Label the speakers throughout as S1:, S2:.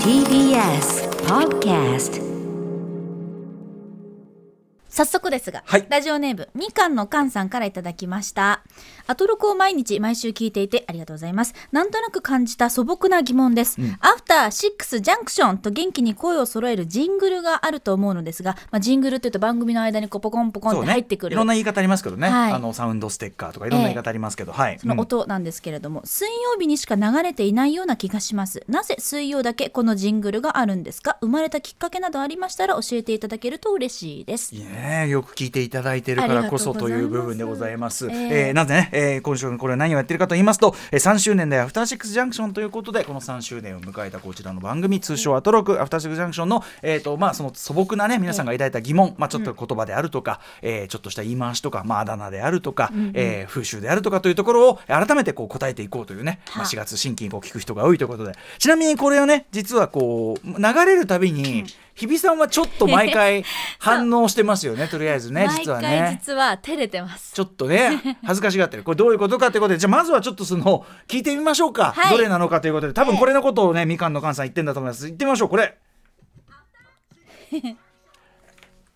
S1: TBS Podcast
S2: 早速ですが、
S3: はい
S2: ラジオネームみかんのかんさんからいただきましたアトロクを毎日毎週聞いていてありがとうございますなんとなく感じた素朴な疑問です、アフターシックスジャンクションと元気に声を揃えるジングルがあると思うのですが、まあ、ジングルっていうと番組の間にこうポコンポコンっ
S3: そう
S2: て
S3: ね
S2: 入ってく
S3: い
S2: る
S3: ろんな言い方ありますけどね、
S2: はい
S3: あのサウンドステッカーとかいろんな言い方ありますけど、はい
S2: その
S3: うん
S2: 音なんですけれども、水曜日にしか流れていないような気がしますなぜ水曜だけこのジングルがあるんですか生まれたきっかけなどありましたら教えていただけると嬉しいです
S3: いいね、よく聞いていただいてるからこそという部分でございます。えーなぜね、えー今週のこれは何をやってるかと言いますと、えー3周年でアフターシックスジャンクションということで、この3周年を迎えたこちらの番組、通称アトロク、アフターシックスジャンクションの、えーとまあ、その素朴なね、皆さんが抱いた疑問、まあ、ちょっと言葉であるとか、えーちょっとした言い回しとか、まあ、あだ名であるとか、えー風習であるとかというところを改めてこう答えていこうというね、まあ、
S2: はい
S3: 4月新規にこう聞く人が多いということで、ちなみにこれをね、実はこう、流れるたびに、日比さんはちょっと毎回反応してますよね、とりあえずね、実は
S2: 毎回
S3: ね。
S2: 実は照れてます
S3: ちょっ とね、恥ずかしがってる。これどういうことかということで、じゃあまずはちょっとその、聞いてみましょうか。
S2: はい
S3: どれなのかということで、多分これのことをね、みかんの菅さん言ってんだと思います。言ってみましょう、これ。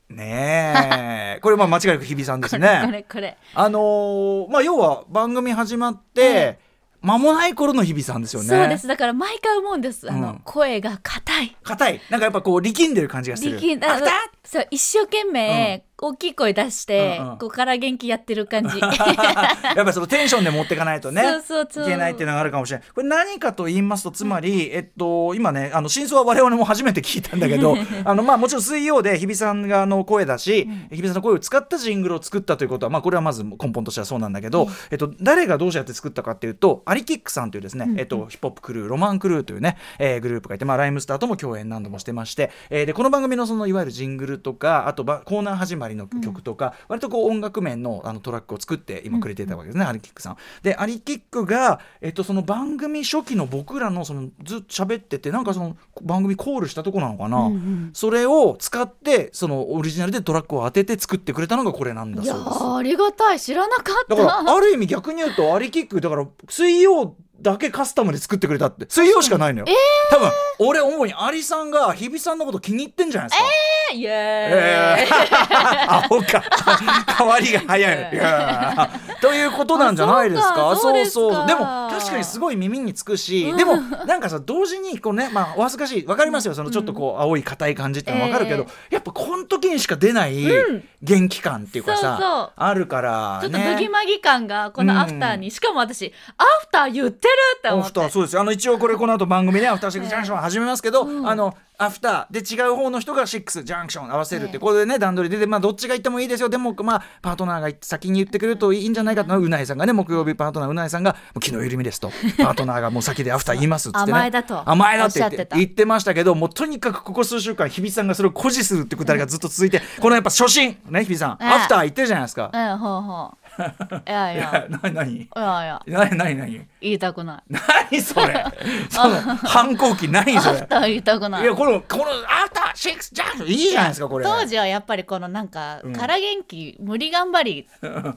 S3: ねえ、これまあ間違いなく日比さんです ね。
S2: これこれ
S3: あのーまあ要は番組始まって、間もない頃の日比さんですよね。
S2: そうですだから毎回思うんですあの、
S3: うん
S2: 声が硬い
S3: 硬い。なんかやっぱこう力んでる感じがする。
S2: 力んだ
S3: あ
S2: あ
S3: ふ
S2: の
S3: た
S2: そう一生懸命大きい声出して、
S3: うんうん
S2: ここから元気やってる感じ
S3: やっぱそのテンションで持っていかないとね
S2: そうそうそう
S3: いけないっていうのがあるかもしれないこれ何かと言いますとつまり、えっと、今ねあの真相は我々も初めて聞いたんだ けどあの、まあ、もちろん水曜で日比さんがあの声だし、日比さんの声を使ったジングルを作ったということは、まあ、これはまず根本としてはそうなんだけど、えっと、誰がどうやって作ったかっていうとアリキックさんというですね、えっと、ヒップホップクルーロマンクルーというね、えーグループがいて、まあ、ライムスターとも共演何度もしてまして、えーでこの番組のそのいわゆるジングルとかあとばコーナー始まりの曲とか、割とこう音楽面のあのトラックを作って今くれてたわけですね、アリキックさん。でアリキックが、えっと、その番組初期の僕らのそのずっと喋っててなんかその番組コールしたとこなのかな、 それを使ってそのオリジナルでトラックを当てて作ってくれたのがこれなんだ
S2: いや
S3: そうです。
S2: ーありがたい知らなかっ
S3: だ
S2: た
S3: からある意味逆に言うとアリキックだから水曜だけカスタムで作ってくれたって水曜しかないのよ、多分俺主にアリさんが日比さんのこと気に入ってんじゃないですか
S2: イエーイ、
S3: えー、 アホか変わりが早いいやーということなんじゃないですか
S2: あそうかそうですか
S3: でも確かにすごい耳につくし、でもなんかさ同時にこうねまあお恥ずかしいわかりますよそのちょっとこう青い硬い感じってのはわかるけど、やっぱこの時にしか出ない元気感っていうかさ、
S2: そうそう
S3: あるから
S2: ちょ
S3: ね
S2: っとブギマギ感がこのアフターに、しかも私アフター言ってるって思
S3: ア
S2: っ
S3: フター
S2: て
S3: そうですよあの一応これこの後番組ね「アフターシックスジャンクション」始めますけど、あのアフターで違う方の人が「シックスジャンクション」合わせるって、
S2: ええ
S3: これでね段取りでで、まあ、どっちが言ってもいいですよでも、まあ、パートナーが先に言ってくれるといいんじゃないかとうなえさんがね木曜日パートナーうなえさんが「もう気の緩みです」と 「パートナーがもう先でアフター言います」っつって、ね、
S2: 甘えだと
S3: 甘えだって言っ
S2: おっしゃっててた
S3: 言ってましたけどもうとにかくここ数週間日比さんがそれを誇示するってくだりがずっと続いてこのやっぱ初心ね日比さん、
S2: ええ
S3: アフター言ってるじゃないですか。
S2: うんほうほ ういやい
S3: い
S2: や
S3: や何何
S2: いやいや
S3: 何何何
S2: 言いたくない
S3: 何そ れその反抗期何
S2: ア
S3: そ
S2: フ
S3: れ
S2: ター言いたくない
S3: いやこのこのアフターシックスジャンクいいじゃないですかこれ
S2: 当時はやっぱりこのなんか、から元気無理頑張 り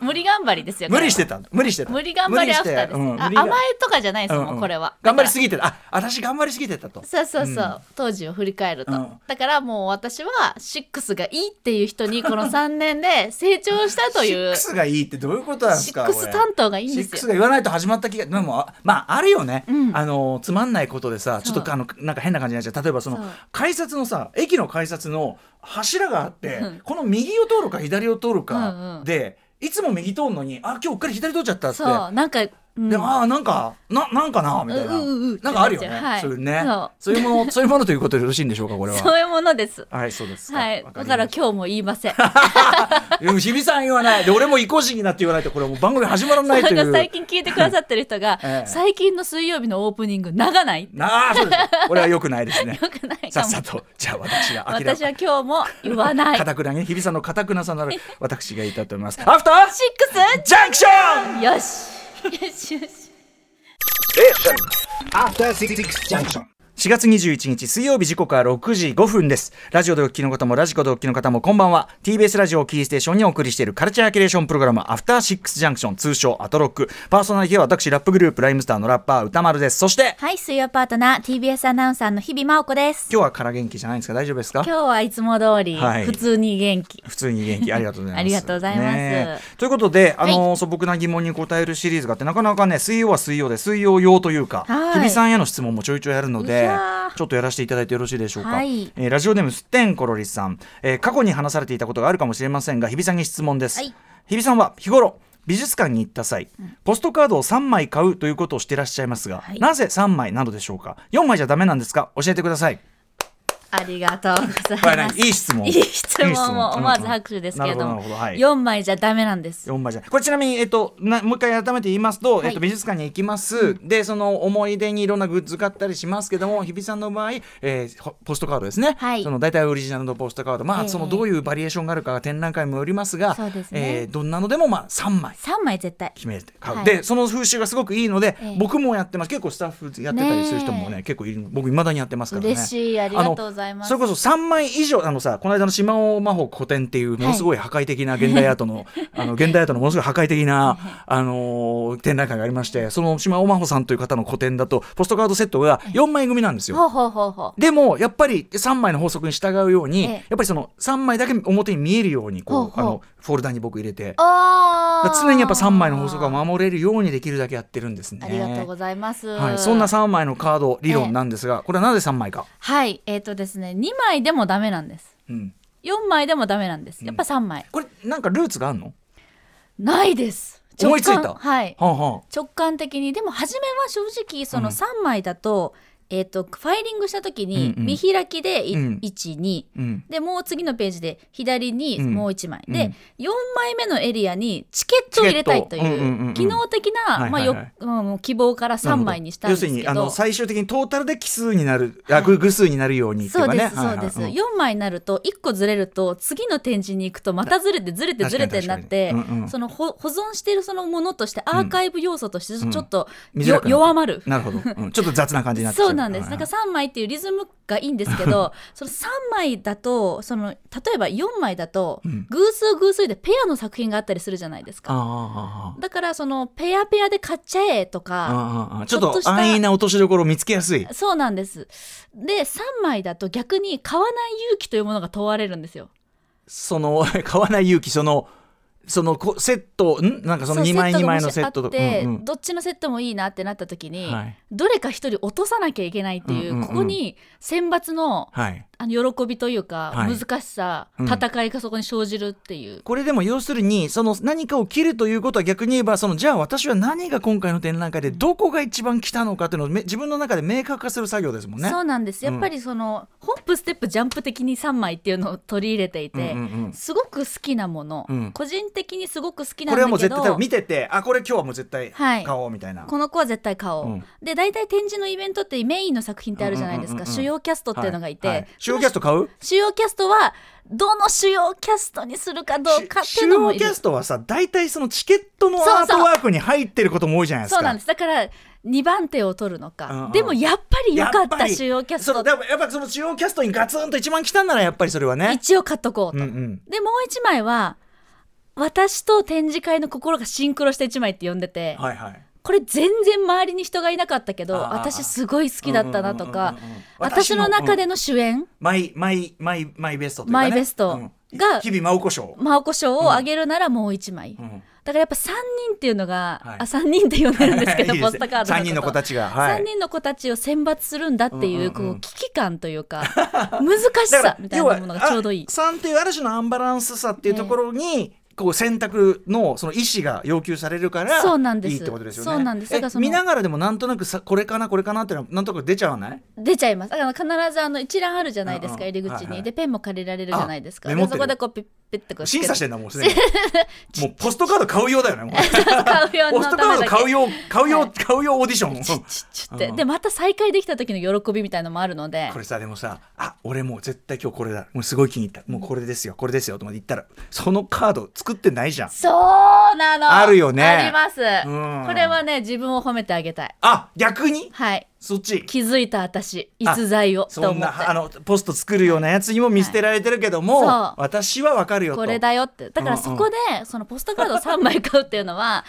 S2: 無理頑張りですよ
S3: 無理して
S2: こ
S3: た無理して
S2: れ
S3: た
S2: は無理頑張りアフターです、
S3: 無理してうん
S2: あ
S3: 無理が
S2: 甘えとかじゃないですもん、
S3: うんうん
S2: これは
S3: 頑張りす
S2: ぎ
S3: ぎてたあ私頑張りすぎてたと
S2: そうそうそう、
S3: うん
S2: 当時を振り返ると、
S3: うん
S2: だからもう私はシックスがいいっていう人にこの3年で成長したと
S3: シ
S2: い
S3: ッ
S2: う
S3: クスがいいってどういうことなんです
S2: シ
S3: か
S2: ックス
S3: これ
S2: 担当がいいんですよ
S3: シックスが言わないと始まった気がでもあまああるよね、
S2: うん
S3: あのつまんないことでさち
S2: そう
S3: ょっとあのなんか変な感じになっちゃう例えばその
S2: そう
S3: 改札のさ駅の改札の柱があって、
S2: うん
S3: この右を通るか左を通る
S2: うん
S3: か
S2: うん
S3: で、いつも右通るのにあ今日うっかり左通っちゃったっつって
S2: そうなんか、うん
S3: でもああなんかななんかなみたいな、
S2: うんうんうん
S3: なんかあるよね、
S2: はい
S3: そういうね
S2: そう
S3: そういうものそういうものということでよろしいんでしょうかこれは
S2: そういうものです
S3: はいそうですか
S2: はい
S3: わ
S2: だ
S3: り
S2: から
S3: ま
S2: 今日も言いませ ん
S3: したでも日比さん言わないで俺も意固地になって言わないとこれはもう番組始まらな
S2: ない
S3: と
S2: ん
S3: い
S2: か
S3: う
S2: 最近聞いてくださってる人が、
S3: ええ
S2: 最近の水曜日のオープニング長 ない
S3: なあそうですこれは良くないですね
S2: よくない
S3: さ
S2: か
S3: っ
S2: も
S3: さとじゃあ私が 諦め
S2: 私は今日も言わない。シッ
S3: か
S2: ク
S3: たくなに日比さんのかたくなさなる私がいたと思いますアフタージャンクション
S2: スよしよしよし
S4: After Six Junction.
S3: 4月21日水曜日時刻は6時5分ですラジオでお聞きの方もラジコでお聞きの方もこんばんは TBS ラジオをキーステーションにお送りしているカルチャーキュレーションプログラムアフターシックスジャンクション通称アトロックパーソナリティは私ラップグループライムスターのラッパー歌丸ですそして
S2: はい、水曜パートナー TBS アナウンサーの日々真央子です。
S3: 今日は空元気じゃないんですか大丈夫ですか
S2: 今日はいつも通り、
S3: はい
S2: 普通に元気。
S3: 普通に元気ありがとうございます。
S2: ありがとうございます
S3: ねえということで、あの素朴な疑問に答えるシリーズがあってなかなかね水曜は水曜で水曜用というか、
S2: はい
S3: 日比さんへの質問もちょいちょいあるの
S2: い
S3: で
S2: やー
S3: ちょっとやらせていただいてよろしいでしょうか。
S2: はい
S3: えーラジオネームすってんころりさん、えー過去に話されていたことがあるかもしれませんが日比さんに質問です。
S2: はい
S3: 日比さんは日頃美術館に行った際、ポストカードを3枚買うということをしていらっしゃいますが、
S2: はい
S3: なぜ3枚なのでしょうか4枚じゃダメなんですか教えてください
S2: ありがとうござい
S3: これ
S2: ま
S3: ね
S2: す。
S3: いい質問
S2: いい質
S3: いい質
S2: 問
S3: 問
S2: も思わず拍手ですけれど
S3: なる
S2: も、
S3: ほどなるほどはい
S2: 4枚じゃダメなんです。
S3: 四枚じゃないこれちなみに、えっと、なもう一回改めて言いますと、
S2: はい
S3: えっと、美術館に行きます、でその思い出にいろんなグッズ買ったりしますけども日比さんの場合、えーほポストカードですね、
S2: はい
S3: その大体オリジナルのポストカードまあ、
S2: ええ
S3: そのどういうバリエーションがあるかが展覧会もよりますが
S2: そうですね
S3: えーどんなのでもまあ3枚。
S2: 3枚絶対。
S3: 決めて買う、
S2: はい
S3: でその風習がすごくいいので、
S2: ええ
S3: 僕もやってます結構スタッフやってたりする人もね
S2: ね
S3: 結構いる僕いまだにやってますからね
S2: 嬉しいありがとうございます
S3: あのそれこそ3枚以上あのさこの間の島尾真帆古典っていうものすごい破壊的な現代アートの,、 あの現代アートのものすごい破壊的な、あのー展覧会がありましてその島尾真帆さんという方の古典だとポストカードセットが4枚組なんですよ
S2: ほうほうほうほう。
S3: でもやっぱり3枚の法則に従うように、
S2: ええ
S3: やっぱりその3枚だけ表に見えるようにこう
S2: ほうほう
S3: あのフォルダに僕入れて
S2: あ
S3: だ
S2: ー
S3: から常にやっぱ3枚の法則は守れるようにできるだけやってるんですね。
S2: ありがとうございます。
S3: はい、そんな3枚のカード理論なんですが、これはなぜ3枚か。
S2: はい、えっ、とですね、2枚でもダメなんです。
S3: うん、
S2: 4枚でもダメなんです。やっぱ3枚。
S3: これなんかルーツがあるの
S2: ないです。直
S3: 思いつい
S2: 感
S3: た
S2: はい。
S3: はあは
S2: 直感的にでも初めは正直その3枚だと,、えー、とファイリングした時に
S3: うんうん
S2: 見開きでい、
S3: うん
S2: 12、
S3: あうん、
S2: でもう次のページで左に
S3: うん
S2: もう1枚、
S3: うん
S2: で4枚目のエリアにチケットを入れたいとい
S3: チケットうんうんうんう
S2: うん機能的
S3: は
S2: ないまあ
S3: はいはい
S2: ようん希望から3枚にしたん
S3: な
S2: で
S3: る
S2: す
S3: ほ
S2: けど
S3: ど要するにあの最終的にトータルで奇数になる、
S2: はい
S3: あぐ偶数になるようにってい
S2: そうう
S3: か
S2: で
S3: ね
S2: すそうです、
S3: はいはいん
S2: 4枚になると1個ずれると次の展示に行くとまたずれてずれてずれてになって、
S3: 確かに確かにうんうん
S2: そのほ保存してるそのものとしてアーカイブ要素としてちょっと
S3: 見づ
S2: よ、
S3: らくなる
S2: 弱まる
S3: なるほど、うんちょっと雑な感じになってきて
S2: そ
S3: る
S2: うなんです。
S3: は
S2: な
S3: い
S2: ん
S3: は
S2: か
S3: い
S2: 3枚っていうリズムがいいんですけ ど、その3枚だと、その例えば4枚だと、
S3: うん
S2: 偶数偶数でペアの作品があったりするじゃないです
S3: あ
S2: か。
S3: あああああ
S2: だからそのペアペアで買っちゃえとか、
S3: あああちょっ
S2: ちょっと
S3: と
S2: した
S3: 安易な落としどころを見つけやすい
S2: そうなんです。で、3枚だと逆に買わない勇気というものが問われるんですよ。
S3: その 買わない勇気そのそのこセットんなんかその2枚2枚のセッ
S2: と
S3: トと
S2: か。セットがもしあって、
S3: うんうん
S2: どっちのセットもいいなってなった時に、
S3: はい
S2: どれか一人落とさなきゃいけないっていう、
S3: うんうんうん
S2: ここに選抜の
S3: はい、
S2: あの喜びというか、
S3: はい
S2: 難しさ、
S3: うん
S2: 戦いがそこに生じるっていう。
S3: これでも要するにその何かを切るということは逆に言えばそのじゃあ私は何が今回の展覧会でどこが一番来たのかっていうのをめ自分の中で明確化する作業ですもんね。
S2: そうなんです
S3: う
S2: や
S3: ん
S2: っぱりその、ホップステップジャンプ的に3枚っていうのを取り入れていて、
S3: うんうんうん
S2: すごく好きなもの、
S3: うん
S2: 個人的にすごく好きなん
S3: これ
S2: だ
S3: はもう
S2: け
S3: 絶
S2: ど
S3: 対多分見ててあこれ今日はもう絶対
S2: はい
S3: 買おうみたいな。
S2: この子は絶対買おう、
S3: うん
S2: で大体展示のイベントってメインの作品ってあるじゃないですか、
S3: うんうんうんうん
S2: 主要キャストっていうのがいて、
S3: はは主要キャスト買う
S2: 主要キャストはどの主要キャストにするかどうかっ
S3: して
S2: い
S3: 主
S2: うのも
S3: 要
S2: い
S3: キ
S2: る
S3: ャストはさ大体そのチケットの
S2: そうそう
S3: アートワークに入ってることも多いじゃないですか。
S2: そうなんですだから2番手を取るのか、
S3: うんうん
S2: でもやっぱり良
S3: や
S2: か
S3: ぱり
S2: った主要キャスト
S3: そうやっぱやっぱその主要キャストにガツンと一番来たんならやっぱりそれはね。
S2: 一応買っとこう
S3: うん
S2: と、
S3: うん
S2: でもう一枚は私と展示会の心がシンクロした一枚って呼んでて、
S3: はいはい。
S2: これ全然周りに人がいなかったけど
S3: あー
S2: 私すごい好きだったなとか
S3: うんうんうんうんうん
S2: 私の中での主演
S3: マイマイマイマイベストというか
S2: マ
S3: ね。
S2: イベスト
S3: うん
S2: が
S3: 日々真央子賞。
S2: 真おこ賞をあげるならもう一枚、
S3: うん
S2: だからやっぱ3人っていうのが、
S3: はい
S2: あ3人って呼んでるんですけど
S3: いい
S2: ポ
S3: で
S2: ス
S3: す
S2: トカードのこと
S3: 三人の子たちがはい
S2: 3人の子たちを選抜するんだっていう,、
S3: うんうんうん
S2: こう危機感という か難し
S3: だか
S2: さ
S3: ら
S2: みたい
S3: 要
S2: な
S3: は
S2: ものがちょうどいい
S3: あ。3っていうある種のアンバランスさっていうところに、こう選択のその意思が要求されるから
S2: そうなんです
S3: いいってことですよね。
S2: そうなんですだから
S3: え
S2: その
S3: 見ながらでもなんとなくさこれかなこれかなっていうのはなんとなく出ちゃわない
S2: 出ちゃいますだから必ずあの一覧あるじゃないですか
S3: うんうん
S2: 入り口に、
S3: はいはい
S2: でペンも借りられるじゃないですか
S3: あメモ
S2: で
S3: って
S2: そ
S3: る
S2: こでこうピッピッてこうつけ
S3: 審
S2: て
S3: 査してんだもう すでにもうポストカード買うようだよねもう
S2: 買うよう
S3: ポ
S2: にな
S3: ス
S2: っ
S3: ト
S2: た
S3: カー
S2: だ
S3: ド
S2: け
S3: 買うよ買うよ、
S2: はい
S3: 買うよオーディショ
S2: チ
S3: ン
S2: ッチッチッっ
S3: う
S2: て
S3: ん
S2: でまた再会できた時の喜びみたいのもあるので
S3: これさでもさあ俺もう絶対今日これだもうすごい気に入ったもうこれですよこれですよと思って言ったらそのカード作ってないじゃん
S2: そうなの
S3: あるよね
S2: あります、
S3: ん
S2: これはね自分を褒めてあげたい
S3: あ逆に
S2: はい
S3: そっち
S2: 気づいた私逸材をと
S3: そん
S2: 思っ
S3: なあ
S2: て
S3: のポスト作るようなやつにも見捨てられてるけども、
S2: はいそう
S3: 私はわかるよと
S2: これだよってだからそこで、そのポストカードを3枚買うっていうのは、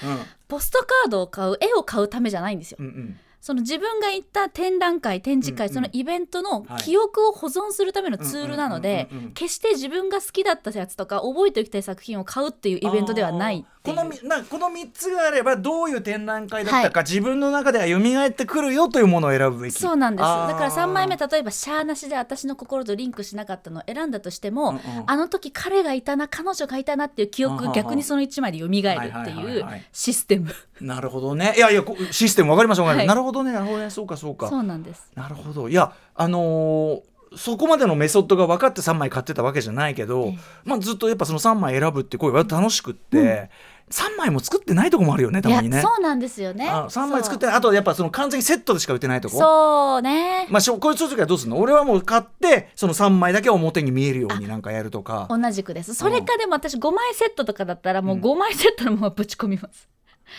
S2: ポストカードを買う絵を買うためじゃないんですよ
S3: うんうん
S2: その自分が行った展覧会展示会、
S3: うんうん
S2: そのイベントの
S3: はい
S2: 記憶を保存するためのツールなので、
S3: うんうんうんうんうん
S2: 決して自分が好きだったやつとか覚えておきたい作品を買うっていうイベントではないってい
S3: こ
S2: う
S3: のみなこの3つがあればどういう展覧会だったか、自分の中では蘇ってくるよというものを選ぶべき
S2: そうなんです
S3: あー
S2: だから3枚目例えばシャーなしで私の心とリンクしなかったのを選んだとしても、
S3: うんうん
S2: あの時彼がいたな彼女がいたなっていう記
S3: うん
S2: 憶
S3: うん
S2: が
S3: うん
S2: 逆にその1枚で蘇る
S3: はい
S2: っ
S3: は
S2: て
S3: いはいいうはい
S2: システム
S3: なるほどねいやいやこシステムわかりましたわかりました、
S2: はい
S3: なるほどねなるほどねそうかそうか
S2: そうなんです
S3: なるほどいやあのーそこまでのメソッドが分かって3枚買ってたわけじゃないけど、まあ、ずっとやっぱその3枚選ぶって声は楽しくって、三3枚も作ってないとこもあるよねた
S2: い
S3: ま
S2: や
S3: にね。
S2: そうなんですよね
S3: あ3枚作って
S2: そう
S3: ないあとやっぱその完全にセットでしか売ってないとこ
S2: そうね、
S3: まあ、しょこういう時はどうするの俺はもう買ってその3枚だけ表に見えるようになんかやるとか
S2: 同じくですそれかでも私5枚セットとかだったらもう5枚セットのままぶち込みます、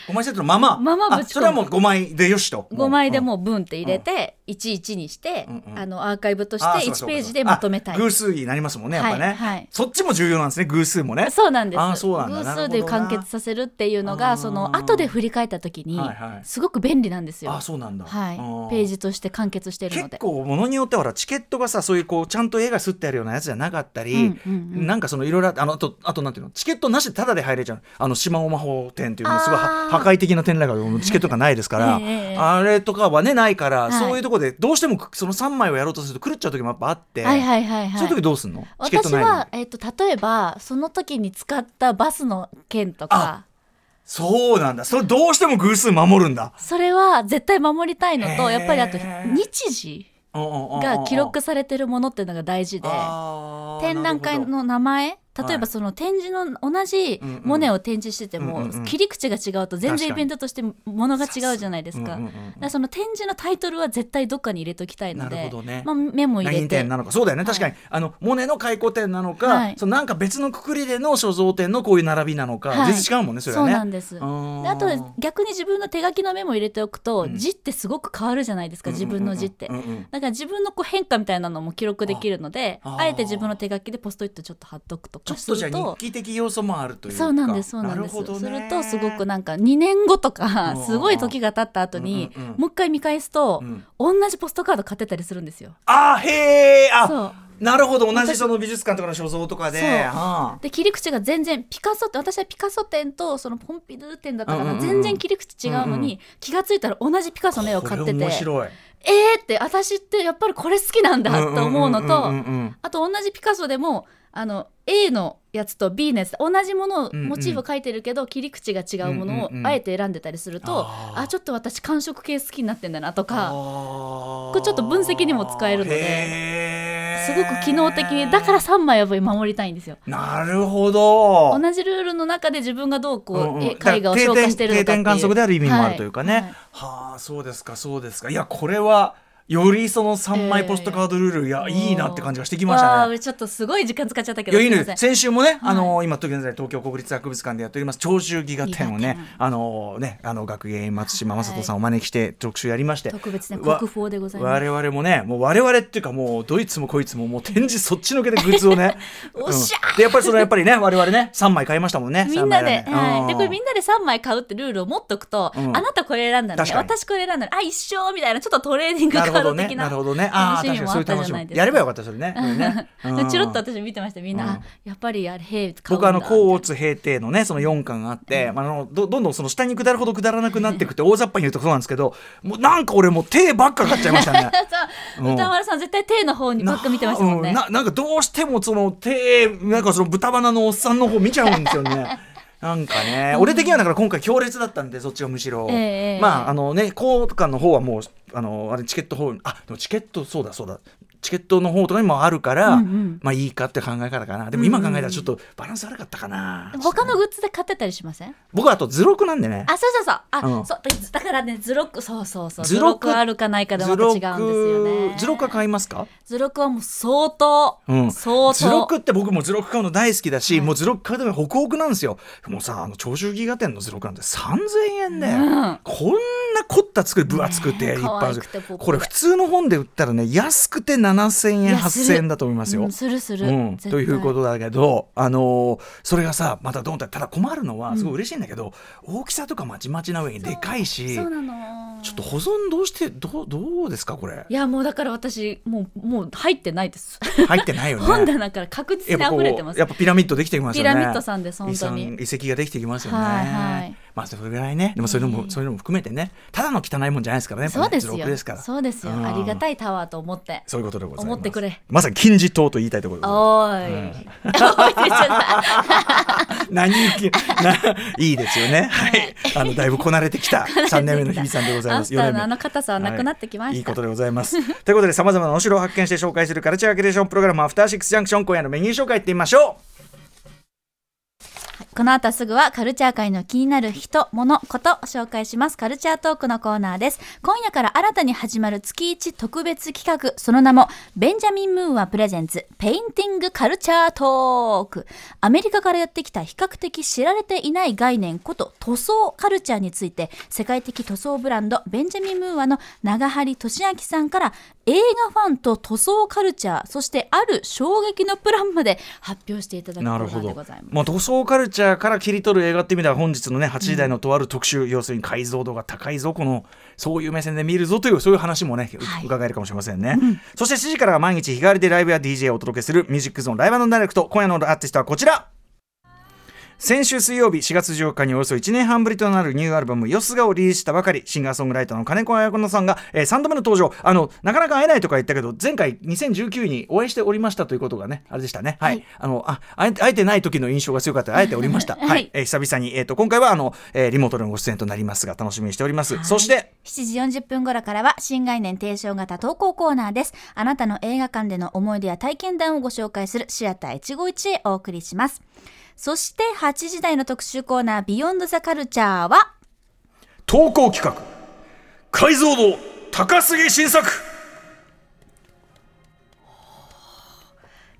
S3: 5枚セットのまま
S2: ままぶち込む
S3: あそれはもう5枚でよしと
S2: 5枚で
S3: う
S2: もうブンって入れて11にして、
S3: うんうん
S2: あのアーカイブとし
S3: んあ
S2: て
S3: そうか
S2: 1
S3: そうか
S2: ページでまとめたい
S3: あ偶数になりますもんねやっぱね、
S2: はいはい
S3: そっちも重要なんですね偶数もね
S2: そうなんです
S3: あーそうなんだ
S2: 偶
S3: なる
S2: 数
S3: ほど
S2: で
S3: な
S2: 完結させるっていうの
S3: あ
S2: が
S3: ー
S2: その後で振り返った時に
S3: はいはい
S2: すごく便利なんですよ。
S3: あそうなんだ、
S2: はい
S3: うん、
S2: ページとして完結しているの
S3: 結
S2: で。
S3: 構ものによってはほらチケットがさそういうこうちゃんと絵がすってあるようなやつじゃなかったり、
S2: うんうんうん
S3: なんかそのいろいろあのあとあとなんていうのチケットなしでタダで入れちゃうあの島尾魔法展っていうのすごいは
S2: あー
S3: 破壊的な展覧会がチケットがないですか ら、
S2: ええええ
S3: あれとかはねないから、
S2: はい
S3: そういうとこでどうしてもくその3枚をやろうとすると狂っちゃう時もやっぱあって、
S2: はいはいはいは
S3: そういう時
S2: い。
S3: どうすんのチケット
S2: 私
S3: ないのに
S2: は、えっと例えばその時に使ったバスの券とか
S3: そうなんだそれどうしても偶数守るんだ。
S2: それは絶対守りたいのと
S3: へー
S2: やっぱりあと日時が記録されてるものっていうのが大事で展
S3: 展
S2: 覧会の名前例えばその展示の同じ
S3: うんうん
S2: モネを展示してても、
S3: うんうんうん
S2: 切り口が違うと全
S3: 確か
S2: 然イ
S3: に
S2: ベントとしてものが違うじゃないですか。
S3: うんうんう
S2: だ
S3: ん
S2: からその展示のタイトルは絶対どっかに入れときたいの
S3: なる
S2: で
S3: ほどね
S2: まあ、メモ入れ
S3: 何
S2: て
S3: 点なのかそうだよ
S2: は
S3: ね、
S2: い
S3: 確かにあのモネの回顧展なのか、
S2: はい
S3: そのなんか別のくくりでの所蔵展のこういう並びなのか、
S2: はい
S3: 全然違うもんねそれ
S2: そ
S3: は
S2: う
S3: ね。
S2: なんです
S3: ー
S2: であと逆に自分の手書きのメモ入れておくと、
S3: ん
S2: 字ってすごく変わるじゃないですか自分の字って、
S3: うんうんうんうん
S2: だから自分のこう変化みたいなのも記録できるので
S3: あ
S2: あ
S3: あー
S2: えて自分の手書きでポストイットちょっと貼っとくと
S3: ちょ
S2: か
S3: っ
S2: す
S3: とじゃ
S2: る
S3: あ
S2: と
S3: 日記的要素もあるというか
S2: そうなんですそうなんです、
S3: るほど
S2: す
S3: ね
S2: るとすごくなんか2年後とか
S3: うん
S2: すごい時が経った後に、
S3: うんうんうん
S2: もう一回見返すと、
S3: うん
S2: 同じポストカード買ってたりするんですよ。
S3: あーへえ
S2: そう
S3: あなるほど同じその美術館とかの所蔵とかで
S2: そう
S3: あー
S2: で切り口が全然ピカソって私はピカソ展とそのポンピドゥ展だったかな、
S3: うんうんうん
S2: 全然切り口違うのに、気がついたら同じピカソの絵を買ってて
S3: これ面白い
S2: えーって私ってやっぱりこれ好きなんだと思うのと、
S3: うんうんうんうんうん
S2: あと同じピカソでもあの A のやつと B のやつ同じものを
S3: うんうん
S2: モチーフ描いてるけど、切り口が違うものを
S3: うんうんうん
S2: あえて選んでたりすると、
S3: あー
S2: あちょっと私寒色系好きになってんだなと
S3: あ
S2: か
S3: ー
S2: これちょっと分析にも使えるので
S3: へー
S2: すごく機能的にだから3枚やっぱり守りたいんですよ。
S3: なるほど
S2: 同じルールの中で自分がどうこう、
S3: うんうん
S2: え絵画を消化してるのかっていう
S3: 定点定点観測である意味もあるというかね。は
S2: は
S3: あそうですかそうですかいやこれはよりその3枚ポストカードルール、いや
S2: はい
S3: いいなって感じがしてき
S2: い
S3: ま
S2: わ
S3: した
S2: あ
S3: ね。
S2: 俺ちょっとすごい時間使っちゃったけ
S3: い
S2: ど
S3: やいいのよ
S2: すません
S3: 先週もね、あの今現在東京国立博物館でやっております長州戯画展をね
S2: 戯画展
S3: あのねあの学芸員松島
S2: はい
S3: 正人さんをお招きして特集やりまして、
S2: 特別ね
S3: わ
S2: 国宝でございます
S3: 我々もねもう我々っていうかもうどいつもこいつももう展示そっちのけでグッズをね
S2: おっしゃ
S3: うんでやっぱりそれやっぱりね我々ね3枚買いましたもんね
S2: みんなで、
S3: 三枚だね
S2: は
S3: う
S2: い、
S3: ん
S2: でこれみんなで3枚買うってルールを持っとくと、
S3: うん
S2: あなたこれ選んだの
S3: 確
S2: ね
S3: かに
S2: 私これ選んだのあ一緒みたいなちょっとトレーディングカード的な
S3: なるほどね。ああ、
S2: 楽しみ
S3: 確かに
S2: も
S3: そう
S2: あ
S3: い
S2: っ
S3: う
S2: た
S3: 楽
S2: じ
S3: し
S2: ゃな
S3: み
S2: い。ですか
S3: やればよかった、そ れね。これねうん
S2: チロッと私見てましたみんな、
S3: うん
S2: あやっぱりあれへえ買うん
S3: 僕
S2: だ
S3: あの甲乙平定のねその4巻があって、まあ、あのどどんどんその下に下るほど下らなくなっていくって大雑把に言うとそうなんですけどもうなんか俺もう手ばっか買っちゃいましたね。
S2: そう歌丸さん絶対手の方 にばっか見てましたもんね、
S3: うんななんかどうしてもその手なんかその豚鼻のおっさんの方見ちゃうんですよ ね。なんかね、俺的にはだから今回強烈だったんでそっちがむしろ、
S2: ええええ
S3: まああのね高価の方はもうあのあれチケット方あでもチケットそうだそうだチケットの方とかにもあるから、
S2: うんうん
S3: まあいいかって考え方かなでも今考えたらちょっとバランス悪かったかな、
S2: でも他のグッズで買ってたりしません
S3: 僕はあと図録なんでね
S2: あそうそうそうあ、
S3: うん
S2: そうだからね図録そうそうそう
S3: 図
S2: 図
S3: 録
S2: 録あるかないかでまた違うんですよね
S3: 図録は買いますか
S2: 図録はもう相当、
S3: うん
S2: 相当
S3: 図録って僕も図録買うの大好きだし、
S2: はい
S3: もう図録買うためにホクホクなんですよもうさあの長州ギガ店の図録なんて3000円で、
S2: うん
S3: こんな凝った作り分厚くて
S2: ねえ
S3: 一
S2: 可
S3: 般
S2: 愛くてポップで
S3: これ普通の本で売ったらね安くて7000
S2: い
S3: 円
S2: やす
S3: 8000
S2: る
S3: 円だと思いますよ。
S2: うんするする、
S3: うん、
S2: 絶対
S3: ということだけど、あのーそれがさまたどんとただ困るのはすごい嬉しいんだけど、大きさとかまちまちな上にでかいし
S2: そうなの
S3: ちょっと保存どうしてどうどうですかこれ
S2: いやもうだから私もうもう入ってない です、
S3: 入ってないよね。
S2: 本棚から確実
S3: やっ
S2: に
S3: ぱこ
S2: 溢れてま
S3: う
S2: す
S3: やっぱピラミッドできてきましたよね。
S2: ピラミッドさんです本当に
S3: 遺産遺跡ができてきますよね。
S2: はいはい
S3: まあそれぐらいね。でもそれも、そういうのも含めてね、ただの汚いもんじゃないですからね。
S2: そうです
S3: これ
S2: よ
S3: ねですから。
S2: そうですよ
S3: ん
S2: ありがたいタワーと思って
S3: そういうことでございます。
S2: 思ってくれ。
S3: まさに金字塔と言いたいところでございます。
S2: おーい、おー いって言っちゃった
S3: 何金ないいですよ ね。はい。あのだいぶこなれてきた三年目の日比さんでございま
S2: ア
S3: す。
S2: フター
S3: 四年
S2: の
S3: 目
S2: あの硬さはなくなってきました
S3: はいいいことでございます。ということでさまざまなお城を発見して紹介するカルチャーキュレーションプログラムアフターシックスジャンクション今夜のメニュー紹介いってみましょう。
S2: この後すぐはカルチャー界の気になる人、物、ことを紹介しますカルチャートークのコーナーです。今夜から新たに始まる月一特別企画、その名もベンジャミン・ムーアプレゼンツペインティングカルチャートーク。アメリカからやってきた比較的知られていない概念こと塗装カルチャーについて世界的塗装ブランドベンジャミン・ムーアの長張俊明さんから映画ファンと塗装カルチャー、そしてある衝撃のプランまで発表していただくコ
S3: な
S2: ーナ
S3: るほ
S2: ーで
S3: ど
S2: ございます。
S3: もう塗装カルチャーから切り取る映画って意味では本日のね8時台のとある特集、要するに解像度が高いぞこのそういう目線で見るぞというそういう話もね、う
S2: はい
S3: 伺えるかもしれませんね、そして7時からは毎日日替わりでライブや DJ をお届けする「ミュージックゾーンライブダイレクト今夜のアーティストはこちら先週水曜日4月14日におよそ1年半ぶりとなるニューアルバム「よすが」をリリースしたばかりシンガーソングライターの金子彩子さんが、え3度目の登場あのなかなか会えないとか言ったけど前回2019にお会いしておりましたということがねあれでしたねはい、あのあ会えて会えてない時の印象が強かった会えておりましたはい、
S2: はい
S3: えー久々に、えー、と今回はあの、えーリモートでのご出演となりますが楽しみにしております、そして
S2: 7時40分頃からは新概念提唱型投稿コーナーです。あなたの映画館での思い出や体験談をご紹介するシアター151へお送りします。そして8時台の特集コーナービヨンドザカルチャーは
S3: 投稿企画解像度高すぎ新作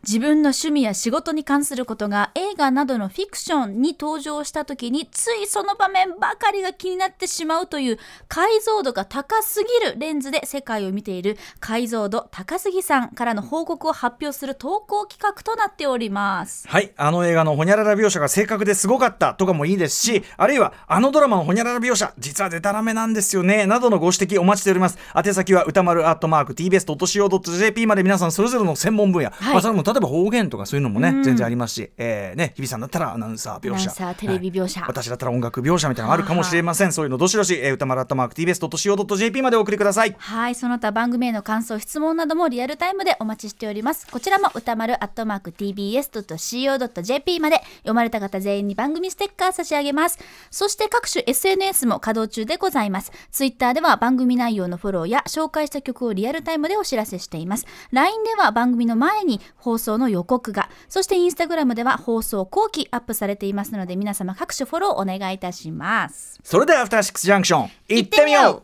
S2: 自分の趣味や仕事に関することが映画などのフィクションに登場した時についその場面ばかりが気になってしまうという解像度が高すぎるレンズで世界を見ている解像度高杉さんからの報告を発表する投稿企画となっております。
S3: はい、あの映画のほにゃらら描写が正確ですごかったとかもいいですし、あるいはあのドラマのほにゃらら描写、実はデタラメなんですよね、などのご指摘お待ちしております。宛先は歌丸アットマーク tbs.co.jp まで皆さんそれぞれの専門分野、
S2: はい
S3: まあ、それも例えば方言とかそういうのもね、全然ありますし、えーね、日比さんだったらアナウンサー描
S2: アナウ
S3: 写。
S2: ンサーテレビ描写
S3: はい私だったら音楽描写みたいなのあるかもしれません。そういうのどしどし、えー歌丸アットマーク tbs.co.jp までお送りください。
S2: はい、その他番組への感想、質問などもリアルタイムでお待ちしております。こちらも歌丸アットマーク tbs.co.jp まで読まれた方全員に番組ステッカー差し上げます。そして各種 SNS も稼働中でございます。Twitter では番組内容のフォローや紹介した曲をリアルタイムでお知らせしています。LINE では番組の前に放送の予告が、そして Instagram では放送後期アップされていますので皆様各種フォローお願いいたします。
S3: それではアフターシックスジャンクション、行ってみよう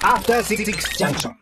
S4: After Six Junction.